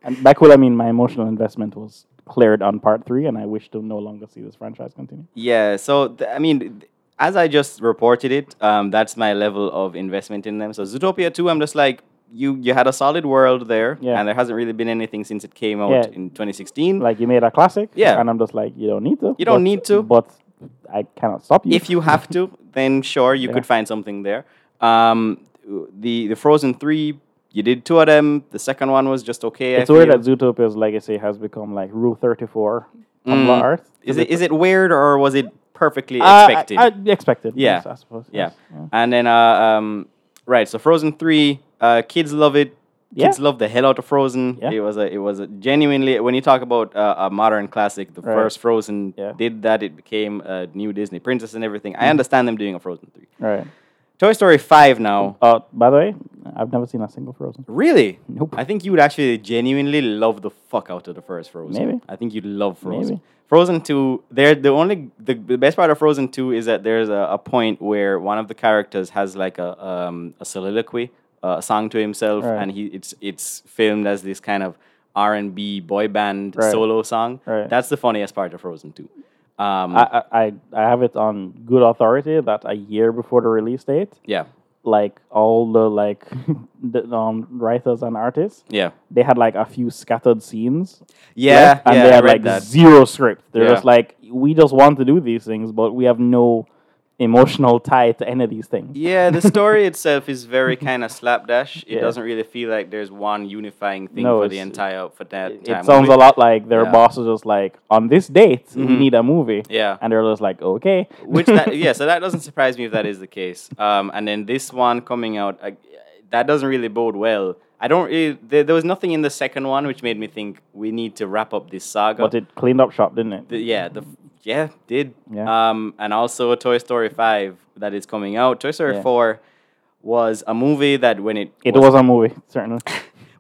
Speaker 2: and by cool, I mean my emotional investment was cleared on part three, and I wish to no longer see this franchise continue.
Speaker 1: Yeah. So th- I mean, th- as I just reported it, um, that's my level of investment in them. So Zootopia two, I'm just like you. You had a solid world there,
Speaker 2: Yeah.
Speaker 1: and there hasn't really been anything since it came out
Speaker 2: Yeah.
Speaker 1: in 2016.
Speaker 2: Like you made a classic,
Speaker 1: Yeah.
Speaker 2: and I'm just like, you don't need to.
Speaker 1: You don't
Speaker 2: but-
Speaker 1: need to.
Speaker 2: but I cannot stop you.
Speaker 1: if you have to, then sure, you could find something there. Um, the the Frozen three, you did two of them. The second one was just okay. I
Speaker 2: it's weird
Speaker 1: feel.
Speaker 2: that
Speaker 1: Mm.
Speaker 2: Zootopia's legacy has become like Rule Thirty Four from the Earth.
Speaker 1: Is it is it weird or was it perfectly
Speaker 2: Uh,
Speaker 1: expected.
Speaker 2: I, I expected.
Speaker 1: Yeah.
Speaker 2: Yes, I suppose.
Speaker 1: Yeah.
Speaker 2: yes, yeah.
Speaker 1: And then, uh, um, right, so Frozen three, uh, kids love it. Kids love the hell out of Frozen.
Speaker 2: Yeah.
Speaker 1: It was a, it was a genuinely when you talk about uh, a modern classic, the
Speaker 2: Right.
Speaker 1: first Frozen
Speaker 2: Yeah. Mm.
Speaker 1: did that. It became a new Disney princess and everything. I understand them doing a Frozen three.
Speaker 2: Right.
Speaker 1: Toy Story five now.
Speaker 2: Uh, by the way, I've never seen a single Frozen.
Speaker 1: Really?
Speaker 2: Nope.
Speaker 1: I think you would actually genuinely love the fuck out of the first Frozen.
Speaker 2: Maybe.
Speaker 1: I think you'd love Frozen.
Speaker 2: Maybe.
Speaker 1: Frozen two. There, the only the, the best part of Frozen two is that there's a, a point where one of the characters has like a um, a soliloquy, uh, a song to himself,
Speaker 2: Right.
Speaker 1: and he it's it's filmed as this kind of R and B boy band
Speaker 2: Right.
Speaker 1: solo song.
Speaker 2: Right.
Speaker 1: That's the funniest part of Frozen two. Um,
Speaker 2: I, I I- I have it on good authority that a year before the release date,
Speaker 1: yeah,
Speaker 2: like all the like [LAUGHS] the um, writers and artists,
Speaker 1: yeah,
Speaker 2: they had like a few scattered scenes.
Speaker 1: yeah,
Speaker 2: left, and
Speaker 1: yeah.
Speaker 2: they
Speaker 1: I
Speaker 2: had
Speaker 1: read
Speaker 2: like
Speaker 1: that.
Speaker 2: zero script. They're
Speaker 1: Yeah.
Speaker 2: just like, we just want to do these things, but we have no emotional tie to any of these things.
Speaker 1: Yeah, the story itself is
Speaker 2: [LAUGHS]
Speaker 1: very kind of slapdash. It
Speaker 2: Yeah.
Speaker 1: doesn't really feel like there's one unifying thing
Speaker 2: No,
Speaker 1: for the
Speaker 2: it's-
Speaker 1: entire for that
Speaker 2: It
Speaker 1: time.
Speaker 2: sounds a lot like their
Speaker 1: yeah.
Speaker 2: boss is just like, on this date, we
Speaker 1: Mhm.
Speaker 2: need a movie.
Speaker 1: Yeah.
Speaker 2: And they're just like, okay.
Speaker 1: Which
Speaker 2: [LAUGHS]
Speaker 1: that, yeah, so that doesn't surprise me if that is the case. Um, and then this one coming out, uh, that doesn't really bode well. I don't really. There, there was nothing in the second one which made me think we need to wrap up this saga.
Speaker 2: But it cleaned up shop, didn't it?
Speaker 1: The- yeah, the yeah did.
Speaker 2: Yeah.
Speaker 1: Um, and also Toy Story five that is coming out. Toy Story
Speaker 2: Yeah.
Speaker 1: four was a movie that when it
Speaker 2: It was a movie,
Speaker 1: [LAUGHS]
Speaker 2: certainly.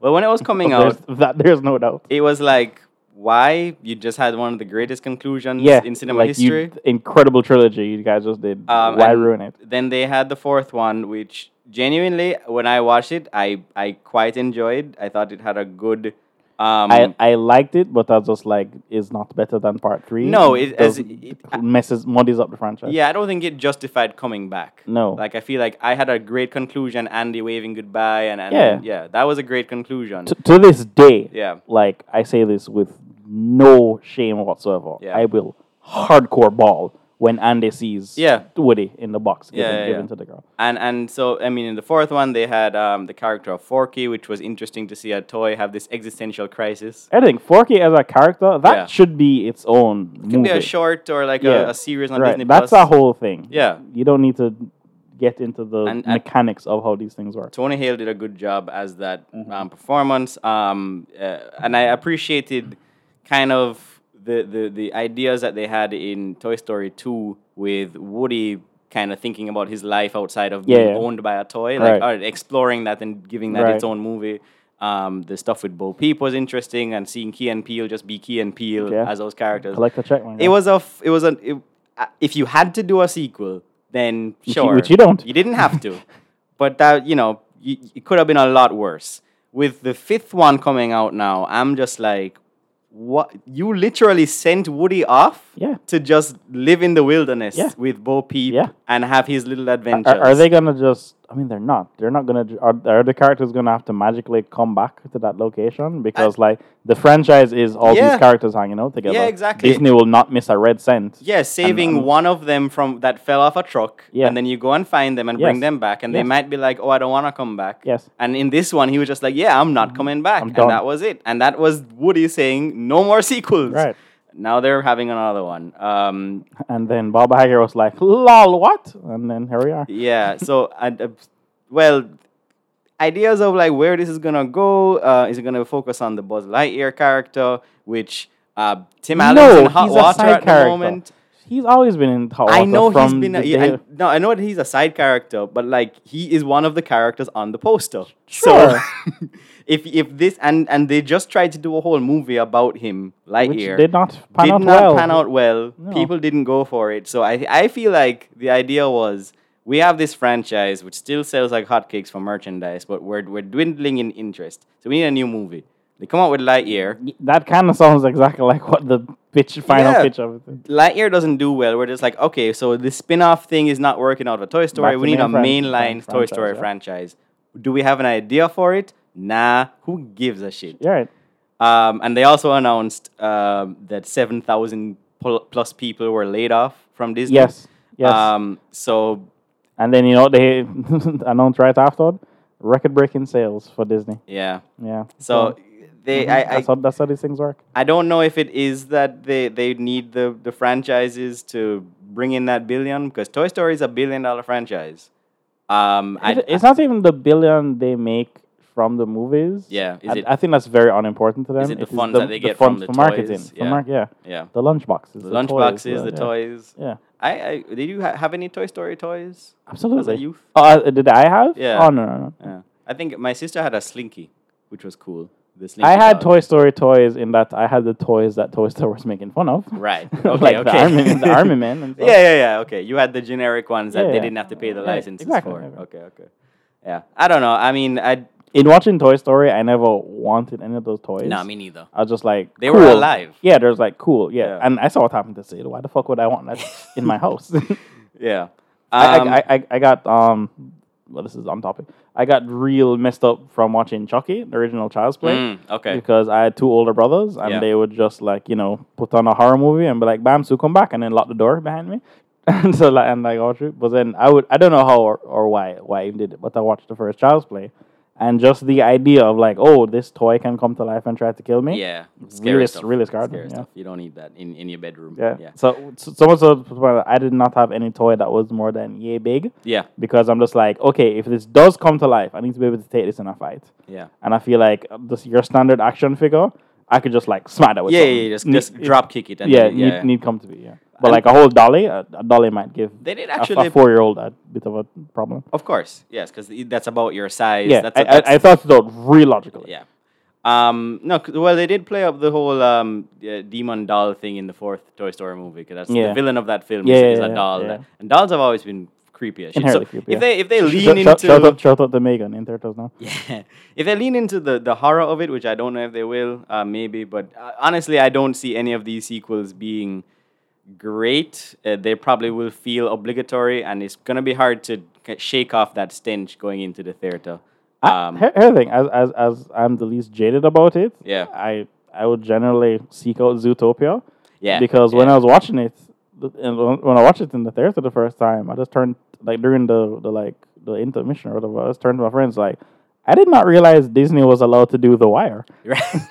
Speaker 1: well when it was
Speaker 2: [LAUGHS]
Speaker 1: coming
Speaker 2: there's,
Speaker 1: out,
Speaker 2: that, there's no doubt.
Speaker 1: it was like why you just had one of the greatest conclusions
Speaker 2: Yeah.
Speaker 1: in cinema
Speaker 2: like you-
Speaker 1: history.
Speaker 2: incredible trilogy you guys just did.
Speaker 1: Um,
Speaker 2: Why
Speaker 1: and
Speaker 2: ruin it?
Speaker 1: Then they had the fourth one, which genuinely, when I watched it, I I quite enjoyed. I thought it had a good. Um,
Speaker 2: I, I liked it, but I was just like, it's not better than part three.
Speaker 1: No, it- as
Speaker 2: does-
Speaker 1: it-
Speaker 2: messes muddies up the franchise.
Speaker 1: yeah, I don't think it justified coming back.
Speaker 2: No.
Speaker 1: like I feel like I had a great conclusion. Andy waving goodbye, and, and
Speaker 2: Yeah.
Speaker 1: yeah, that was a great conclusion.
Speaker 2: T- to this day,
Speaker 1: Yeah.
Speaker 2: like I say this with no shame whatsoever.
Speaker 1: Yeah.
Speaker 2: I will hardcore ball when Andy sees
Speaker 1: Yeah.
Speaker 2: Woody in the box given,
Speaker 1: Yeah, yeah,
Speaker 2: given
Speaker 1: yeah.
Speaker 2: to the girl.
Speaker 1: And and so I mean, in the fourth one, they had um, the character of Forky, which was interesting to see a toy have this existential crisis.
Speaker 2: I think Forky as a character that
Speaker 1: Yeah.
Speaker 2: should be its own
Speaker 1: Could
Speaker 2: movie.
Speaker 1: be a short or like
Speaker 2: Yeah.
Speaker 1: a, a series on
Speaker 2: right.
Speaker 1: Disney
Speaker 2: That's
Speaker 1: Plus.
Speaker 2: a whole thing.
Speaker 1: Yeah.
Speaker 2: you don't need to get into the
Speaker 1: And- and-
Speaker 2: mechanics of how these things work.
Speaker 1: Tony Hale did a good job as that
Speaker 2: Mm-hmm.
Speaker 1: um, performance, um, uh, and I appreciated kind of the, the the ideas that they had in Toy Story Two with Woody kind of thinking about his life outside of being
Speaker 2: Yeah.
Speaker 1: owned by a toy, like
Speaker 2: Right.
Speaker 1: all right, exploring that and giving that
Speaker 2: Right.
Speaker 1: its own movie. Um, the stuff with Bo Peep was interesting, and seeing Key and Peele just be Key and Peele
Speaker 2: Yeah.
Speaker 1: as those characters.
Speaker 2: Collect the check. my guy.
Speaker 1: It was a. F- it was an. It, uh, if you had to do a sequel, then
Speaker 2: you-
Speaker 1: sure,
Speaker 2: which you don't.
Speaker 1: You didn't have
Speaker 2: [LAUGHS]
Speaker 1: to, but that you know, you, it could have been a lot worse. With the fifth one coming out now, I'm just like, what? You literally sent Woody off.
Speaker 2: Yeah.
Speaker 1: To just live in the wilderness
Speaker 2: Yeah.
Speaker 1: with Bo Peep
Speaker 2: Yeah.
Speaker 1: and have his little adventures.
Speaker 2: Are, are they gonna just? I mean, they're not. They're not gonna. ju- Are, are the characters gonna have to magically come back to that location? Because like the franchise is all
Speaker 1: Yeah.
Speaker 2: these characters hanging out together.
Speaker 1: Yeah, exactly.
Speaker 2: Disney will not miss a red cent.
Speaker 1: Yeah, saving
Speaker 2: and- um,
Speaker 1: one of them from that fell off a truck,
Speaker 2: Yeah.
Speaker 1: and then you go and find them and bring
Speaker 2: Yes.
Speaker 1: them back, and they
Speaker 2: Yes.
Speaker 1: might be like, "Oh, I don't want to come back."
Speaker 2: Yes. Mm-hmm.
Speaker 1: And in this one, he was just like, "Yeah, I'm not coming back," and
Speaker 2: done.
Speaker 1: that was it. And that was Woody saying, "No more sequels."
Speaker 2: Right.
Speaker 1: Now they're having another one. Um,
Speaker 2: And then Bob Hager was like, "Lol, what?" And then here we are.
Speaker 1: yeah. So, [LAUGHS] and, uh, well, ideas of like where this is gonna go. Uh, is it gonna focus on the Buzz Lightyear character, which uh, Tim Allen's in hot
Speaker 2: he's
Speaker 1: water at the moment?
Speaker 2: He's always been in hot water.
Speaker 1: I know he's
Speaker 2: from
Speaker 1: been a,
Speaker 2: the
Speaker 1: yeah,
Speaker 2: day-
Speaker 1: I, no, I know that he's a side character, but like he is one of the characters on the poster.
Speaker 2: Sure.
Speaker 1: So [LAUGHS] if if this and and they just tried to do a whole movie about him,
Speaker 2: which
Speaker 1: Lightyear
Speaker 2: did not pan
Speaker 1: did
Speaker 2: out
Speaker 1: not
Speaker 2: well.
Speaker 1: pan out well. People didn't go for it. So I I feel like the idea was we have this franchise which still sells like hotcakes for merchandise, but we're we're dwindling in interest. So we need a new movie. They come out with Lightyear.
Speaker 2: That kind of sounds exactly [LAUGHS] like what the pitch, final
Speaker 1: Yeah.
Speaker 2: pitch of it. is.
Speaker 1: Lightyear doesn't do well. We're just like, okay, so the spin-off thing is not working out of Toy Story.
Speaker 2: Back to
Speaker 1: we need a
Speaker 2: main fran- main
Speaker 1: mainline Toy
Speaker 2: franchise,
Speaker 1: Story
Speaker 2: yeah.
Speaker 1: franchise. Do we have an idea for it? Nah, who gives a shit?
Speaker 2: You're right.
Speaker 1: Um, and they also announced um, that 7,000 pl- plus people were laid off from Disney.
Speaker 2: Yes. Yes.
Speaker 1: Um, so,
Speaker 2: And then you know what they [LAUGHS] announced right afterward record-breaking sales for Disney.
Speaker 1: yeah.
Speaker 2: Yeah. mhm,
Speaker 1: So, they, I, I,
Speaker 2: mm-hmm, that's, how, that's how these things work.
Speaker 1: I don't know if it is that they, they need the, the franchises to bring in that billion because Toy Story is a billion dollar franchise. Um, I,
Speaker 2: It- it's not even the billion they make from the movies.
Speaker 1: Yeah, is
Speaker 2: I,
Speaker 1: it-
Speaker 2: I think that's very unimporting to them.
Speaker 1: Is it the funds that they get from
Speaker 2: funds
Speaker 1: the
Speaker 2: for marketing?
Speaker 1: toys?
Speaker 2: for
Speaker 1: Yeah.
Speaker 2: mar- yeah.
Speaker 1: yeah,
Speaker 2: The lunch boxes.
Speaker 1: the
Speaker 2: the
Speaker 1: lunch
Speaker 2: toys,
Speaker 1: boxes, the
Speaker 2: yeah.
Speaker 1: toys.
Speaker 2: Yeah,
Speaker 1: I, I did you ha- have any Toy Story toys as a
Speaker 2: absolutely.
Speaker 1: youth?
Speaker 2: Oh, uh, did I have?
Speaker 1: Yeah.
Speaker 2: Oh no, no, no.
Speaker 1: Yeah, I think my sister had a Slinky, which was cool. The Slinky
Speaker 2: I had
Speaker 1: dog.
Speaker 2: Toy Story toys in that I had the toys that Toy Story was making fun of.
Speaker 1: Right. Okay.
Speaker 2: [LAUGHS] like
Speaker 1: okay.
Speaker 2: the Army, the Army Men.
Speaker 1: [LAUGHS]
Speaker 2: And stuff.
Speaker 1: Yeah, yeah, yeah. Okay, you had the generic ones that
Speaker 2: Yeah,
Speaker 1: they
Speaker 2: yeah.
Speaker 1: didn't have to pay the
Speaker 2: Yeah,
Speaker 1: licenses
Speaker 2: exactly,
Speaker 1: for.
Speaker 2: exactly.
Speaker 1: Okay, okay. Yeah, I don't know. I mean, I
Speaker 2: In watching Toy Story, I never wanted any of those toys.
Speaker 1: no, me neither.
Speaker 2: I was just like
Speaker 1: They were
Speaker 2: cool.
Speaker 1: alive.
Speaker 2: Yeah, there's like cool. Yeah.
Speaker 1: Yeah.
Speaker 2: and I saw what happened to Sid. Why the fuck would I
Speaker 1: [LAUGHS]
Speaker 2: want that in my house? [LAUGHS]
Speaker 1: Yeah. Um,
Speaker 2: I, I, I- I I got um. Well, this is on topic. I got real messed up from watching Chucky, the original Child's Play.
Speaker 1: mm, okay.
Speaker 2: Because I had two older brothers, and
Speaker 1: Yeah.
Speaker 2: they would just like you know put on a horror movie and be like, "Bam, so come back," and then lock the door behind me. [LAUGHS] and so like and like all through. But then I would I don't know how or, or why why I even did it, but I watched the first Child's Play, and just the idea of like, oh, this toy can come to life and try to kill me.
Speaker 1: Yeah.
Speaker 2: really- really scarred me, yeah.
Speaker 1: You don't need that in, in your bedroom.
Speaker 2: Yeah.
Speaker 1: Yeah.
Speaker 2: So, so someone said I did not have any toy that was more than yay big
Speaker 1: Yeah.
Speaker 2: because I'm just like, okay, if this does come to life, I need to be able to take this in a fight.
Speaker 1: Yeah.
Speaker 2: And I feel like uh, this your standard action figure, I could just like smack that with.
Speaker 1: Yeah, yeah,
Speaker 2: something.
Speaker 1: Just,
Speaker 2: Need-
Speaker 1: just
Speaker 2: it-
Speaker 1: drop kick it. And
Speaker 2: Yeah,
Speaker 1: then-
Speaker 2: need, need come to be. Yeah. But like a whole dolly, a, a dolly might give
Speaker 1: They did
Speaker 2: a-
Speaker 1: actually-
Speaker 2: a four year old a bit of a problem.
Speaker 1: Of course. Yes, because that's about your size.
Speaker 2: Yeah,
Speaker 1: That's,
Speaker 2: I,
Speaker 1: a, that's
Speaker 2: I, I thought it out real logically.
Speaker 1: Yeah. Um, no, 'cause- well, they did play up the whole um, uh, demon doll thing in the fourth Toy Story movie because that's the
Speaker 2: Yeah.
Speaker 1: villain of that film
Speaker 2: Yeah,
Speaker 1: is,
Speaker 2: yeah,
Speaker 1: is a
Speaker 2: yeah,
Speaker 1: doll,
Speaker 2: yeah.
Speaker 1: that- and dolls have always been creepy as shit. So
Speaker 2: Inherently creepy,
Speaker 1: if
Speaker 2: yeah.
Speaker 1: they if they
Speaker 2: Sh- sh-
Speaker 1: lean
Speaker 2: sh- shout,
Speaker 1: into
Speaker 2: out, shout out to Megan in Turtles now.
Speaker 1: [LAUGHS] yeah. If they lean into the, the horror of it, which I don't know if they will, uh, maybe, but uh, honestly, I don't see any of these sequels being great. Uh, they probably will feel obligatory, and it's going to be hard to k- shake off that stench going into the theater.
Speaker 2: I-
Speaker 1: Um,
Speaker 2: here, here's the thing. As, as as I'm the least jaded about it,
Speaker 1: Yeah.
Speaker 2: I I would generally seek out Zootopia.
Speaker 1: Yeah,
Speaker 2: Because when
Speaker 1: yeah.
Speaker 2: I was watching it, th- and when when I watched it in the theater the first time, I just turned like during the, the like the intermission or whatever. I just turned to my friends like, I did not realize Disney was allowed to do The Wire,
Speaker 1: [LAUGHS]
Speaker 2: [LAUGHS]
Speaker 1: right?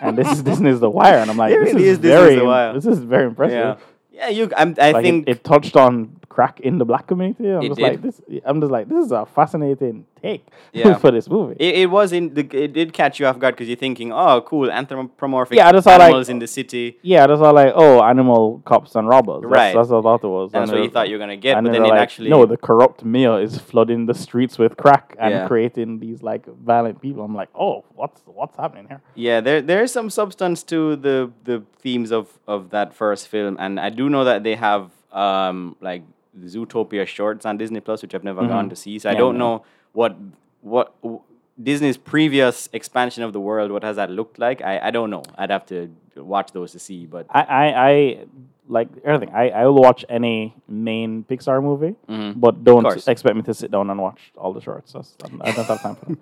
Speaker 2: and this is Disney's The Wire, and I'm
Speaker 1: [LAUGHS]
Speaker 2: like,
Speaker 1: It
Speaker 2: this
Speaker 1: really
Speaker 2: is,
Speaker 1: is Disney's
Speaker 2: very
Speaker 1: The Wire.
Speaker 2: this is very impressive.
Speaker 1: yeah. Yeah, you. I'm, I
Speaker 2: Like
Speaker 1: think
Speaker 2: it, it touched on crack in the black community. I'm
Speaker 1: It
Speaker 2: just
Speaker 1: did.
Speaker 2: like this. I'm just like this is a fascinating take [LAUGHS]
Speaker 1: Yeah.
Speaker 2: for this movie.
Speaker 1: It, it was in the it did catch you off guard because you're thinking, oh, cool, anthropomorphic
Speaker 2: Yeah, I just thought, like-
Speaker 1: animals in the city.
Speaker 2: Yeah, that's all like, oh, animal cops and robbers. That's,
Speaker 1: Right.
Speaker 2: That's what I thought it was.
Speaker 1: And that's what
Speaker 2: they-
Speaker 1: you thought you were gonna get,
Speaker 2: and
Speaker 1: but
Speaker 2: they
Speaker 1: then
Speaker 2: were
Speaker 1: it
Speaker 2: like,
Speaker 1: actually
Speaker 2: No, the corrupt mayor is flooding the streets with crack and
Speaker 1: Yeah.
Speaker 2: creating these like violent people. I'm like, oh, what's what's happening here?
Speaker 1: yeah, there there is some substance to the the themes of of that first film, and I do know that they have um like Zootopia shorts on Disney Plus, which I've never gone to see. So I
Speaker 2: Mm-hmm. Yeah,
Speaker 1: don't
Speaker 2: yeah.
Speaker 1: know what what. w- Disney's previous expansion of the world, what has that looked like? I, I don't know. I'd have to watch those to see, but
Speaker 2: I, I, I like everything. I, I will watch any main Pixar movie, but
Speaker 1: Mm-hmm. course.
Speaker 2: don't expect me to sit down and watch all the shorts. That's, I don't have time for them.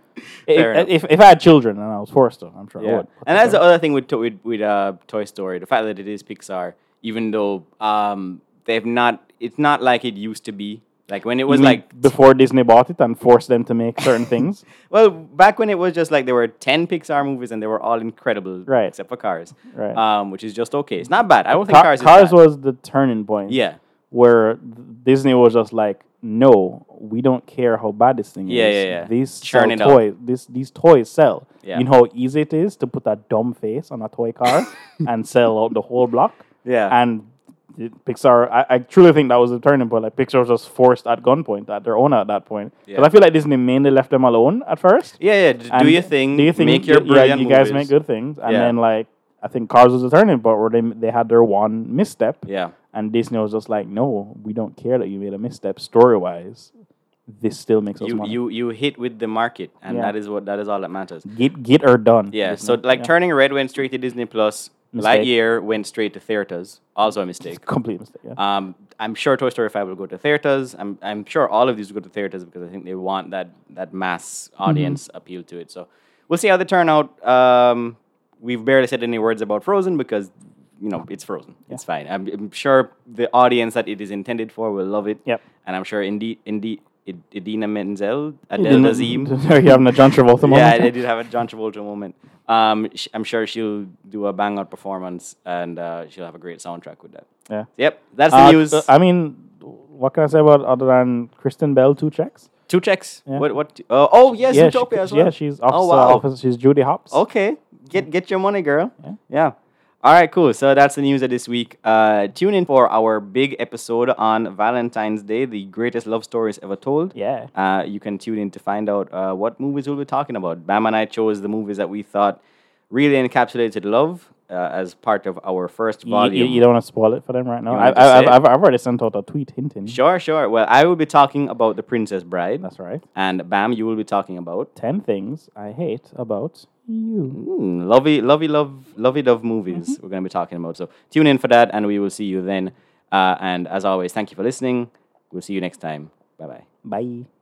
Speaker 1: Fair enough.
Speaker 2: if, if, if I had children and I was forced to, I'm sure I would.
Speaker 1: And that's the other thing with to- with, with uh, Toy Story, the fact that it is Pixar, even though um, they've not, it's not like it used to be. Like when it was
Speaker 2: You mean
Speaker 1: like,
Speaker 2: before Disney bought it and forced them to make certain things.
Speaker 1: well, back when it was just like there were ten Pixar movies and they were all incredible,
Speaker 2: Right.
Speaker 1: Except for Cars,
Speaker 2: Right.
Speaker 1: Um, which is just okay. It's not bad. [LAUGHS] I don't think
Speaker 2: Ca-
Speaker 1: Cars.
Speaker 2: Cars,
Speaker 1: is bad.
Speaker 2: was the turning point.
Speaker 1: Yeah.
Speaker 2: Where th- Disney was just like, no, we don't care how bad this thing
Speaker 1: Yeah,
Speaker 2: is.
Speaker 1: yeah, yeah.
Speaker 2: These
Speaker 1: Churn
Speaker 2: sell
Speaker 1: it up."
Speaker 2: toys. This, these toys sell.
Speaker 1: Yeah.
Speaker 2: You know how easy it is to put a dumb face on a toy
Speaker 1: [LAUGHS]
Speaker 2: car and sell out the whole block?
Speaker 1: Yeah.
Speaker 2: And th- Pixar, I, I truly think that was the turning point. Like, Pixar was just forced at gunpoint, at their own at that point. Because
Speaker 1: Yeah.
Speaker 2: I feel like Disney mainly left them alone at first.
Speaker 1: yeah, yeah. d- Do
Speaker 2: And
Speaker 1: your thing.
Speaker 2: Do your thing.
Speaker 1: Make your
Speaker 2: y-
Speaker 1: brilliant
Speaker 2: yeah, you guys
Speaker 1: movies.
Speaker 2: make good things, and
Speaker 1: Yeah.
Speaker 2: then like I think Cars was a turning point where they they had their one misstep.
Speaker 1: Yeah.
Speaker 2: And Disney was just like, no, we don't care that you made a misstep story wise. This still makes us
Speaker 1: You,
Speaker 2: money.
Speaker 1: you you hit with the market, and
Speaker 2: Yeah.
Speaker 1: that is what that is all that matters.
Speaker 2: get get her done.
Speaker 1: Yeah,
Speaker 2: Disney.
Speaker 1: so like turning red went straight to Disney Plus.
Speaker 2: Mistake.
Speaker 1: Lightyear went straight to theaters. Also a mistake.
Speaker 2: complete mistake. Yeah.
Speaker 1: Um, I'm sure Toy Story 5 will go to theaters. I'm, I'm sure all of these will go to theaters because I think they want that that mass
Speaker 2: Mm-hmm.
Speaker 1: audience appeal to it. So we'll see how they turn out. Um, we've barely said any words about Frozen because you know it's Frozen. It's fine. I'm, I'm sure the audience that it is intended for will love it.
Speaker 2: Yep.
Speaker 1: And I'm sure indeed indeed. Idina Menzel,
Speaker 2: You're
Speaker 1: Adele
Speaker 2: [LAUGHS]
Speaker 1: Nazim,
Speaker 2: having a John Travolta
Speaker 1: [LAUGHS]
Speaker 2: moment.
Speaker 1: yeah, I did have a John Travolta moment. Um, sh- I'm sure she'll do a bang out performance and uh, she'll have a great soundtrack with that.
Speaker 2: Yeah.
Speaker 1: Yep, that's the
Speaker 2: Uh,
Speaker 1: news.
Speaker 2: I mean, what can I say about other than Kristen Bell two checks?
Speaker 1: two checks.
Speaker 2: yeah.
Speaker 1: What? What? Uh, oh yes,
Speaker 2: yeah,
Speaker 1: Zootopia
Speaker 2: she,
Speaker 1: as well. Oh,
Speaker 2: yeah, she's officer,
Speaker 1: wow.
Speaker 2: officer- she's Judy Hopps.
Speaker 1: Okay, get get your money, girl.
Speaker 2: Yeah.
Speaker 1: All right, cool. So that's the news of this week. Uh, tune in for our big episode on Valentine's Day, the greatest love stories ever told.
Speaker 2: Yeah.
Speaker 1: Uh, you can tune in to find out uh, what movies we'll be talking about. Bam and I chose the movies that we thought really encapsulated love uh, as part of our first
Speaker 2: You,
Speaker 1: volume.
Speaker 2: you, you don't want to spoil it for them right now. I,
Speaker 1: want to
Speaker 2: I,
Speaker 1: say
Speaker 2: I've,
Speaker 1: it?
Speaker 2: I've, I've already sent out a tweet hinting.
Speaker 1: Sure, sure. Well, I will be talking about The Princess Bride,
Speaker 2: That's right.
Speaker 1: and Bam, you will be talking about
Speaker 2: Ten things I hate about you.
Speaker 1: mm, lovey, lovey, love, lovey dove movies. We're going to be talking about. So tune in for that, and we will see you then. Uh, and as always, thank you for listening. We'll see you next time. Bye bye.
Speaker 2: Bye.